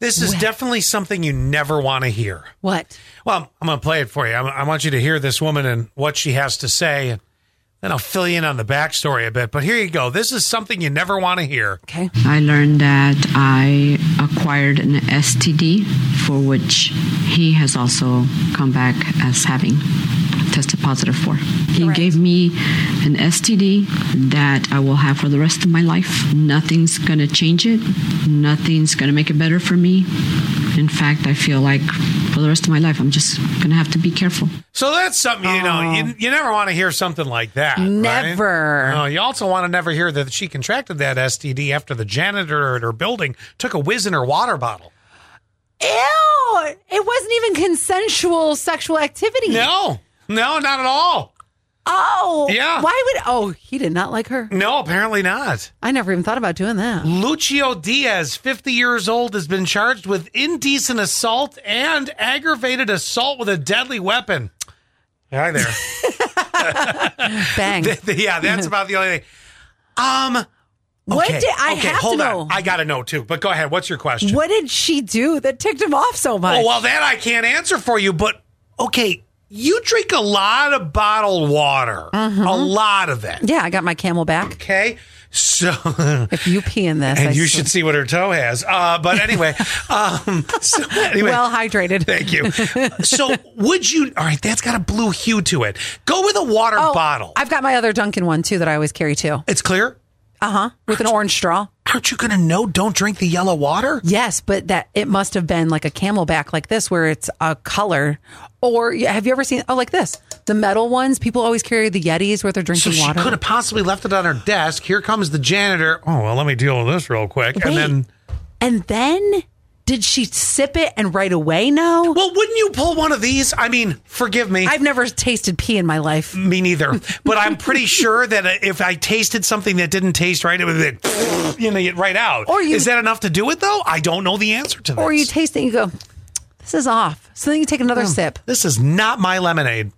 This is definitely something you never want to hear. What? Well, I'm going to play it for you. I'm, I want you to hear this woman and what she has to say. Then I'll fill you in on the backstory a bit. But here you go. This is something you never want to hear. Okay. I learned that I acquired an STD for which he has also come back as having tested positive for. He gave me an STD that I will have for the rest of my life. Nothing's going to change it, nothing's going to make it better for me. In fact, I feel like for the rest of my life, I'm just going to have to be careful. So that's something you know you, you never want to hear something like that. right? Oh. Never. No, you also want to never hear that she contracted that STD after the janitor at her building took a whiz in her water bottle. Ew! It wasn't even consensual sexual activity. No, no, not at all. Oh. Yeah. Why would? Oh, he did not like her. No, apparently not. I never even thought about doing that. Lucio Diaz, 50 years old, has been charged with indecent assault and aggravated assault with a deadly weapon. Hi there. Bang. Th- th- yeah, that's about the only thing. Um, what okay, did I okay, have hold to on. know? I got to know too. But go ahead. What's your question? what did she do that ticked him off so much? Oh, well, that I can't answer for you, but okay, you drink a lot of bottled water, Mm-hmm. a lot of it. yeah, I got my camel back. Okay. So, If you pee in this, I and you swear- should see what her toe has. Uh, but anyway, um, so anyway. well hydrated. Thank you. So, would you? All right, that's got a blue hue to it. Go with a water Oh, bottle. I've got my other Duncan one too that I always carry too. it's clear. Uh huh. With an orange straw. Aren't you going to know? Don't drink the yellow water. Yes, but that it must have been like a camelback like this where it's a color. Or yeah, have you ever seen oh like this? The metal ones. People always carry the Yetis where they're So drinking she water. could have possibly left it on her desk. Here comes the janitor. Oh well, let me deal with this real quick, Wait. and then And then did she sip it and right away no? Well, wouldn't you pull one of these? I mean, forgive me. I've never tasted pee in my life. me neither. But I'm pretty sure that if I tasted something that didn't taste right, it would be, like, you know, get right out. Or you- Is that enough to do it though? I don't know the answer to this. Oh. Or you taste it and you go, This is off. So then you take another sip. this is not my lemonade.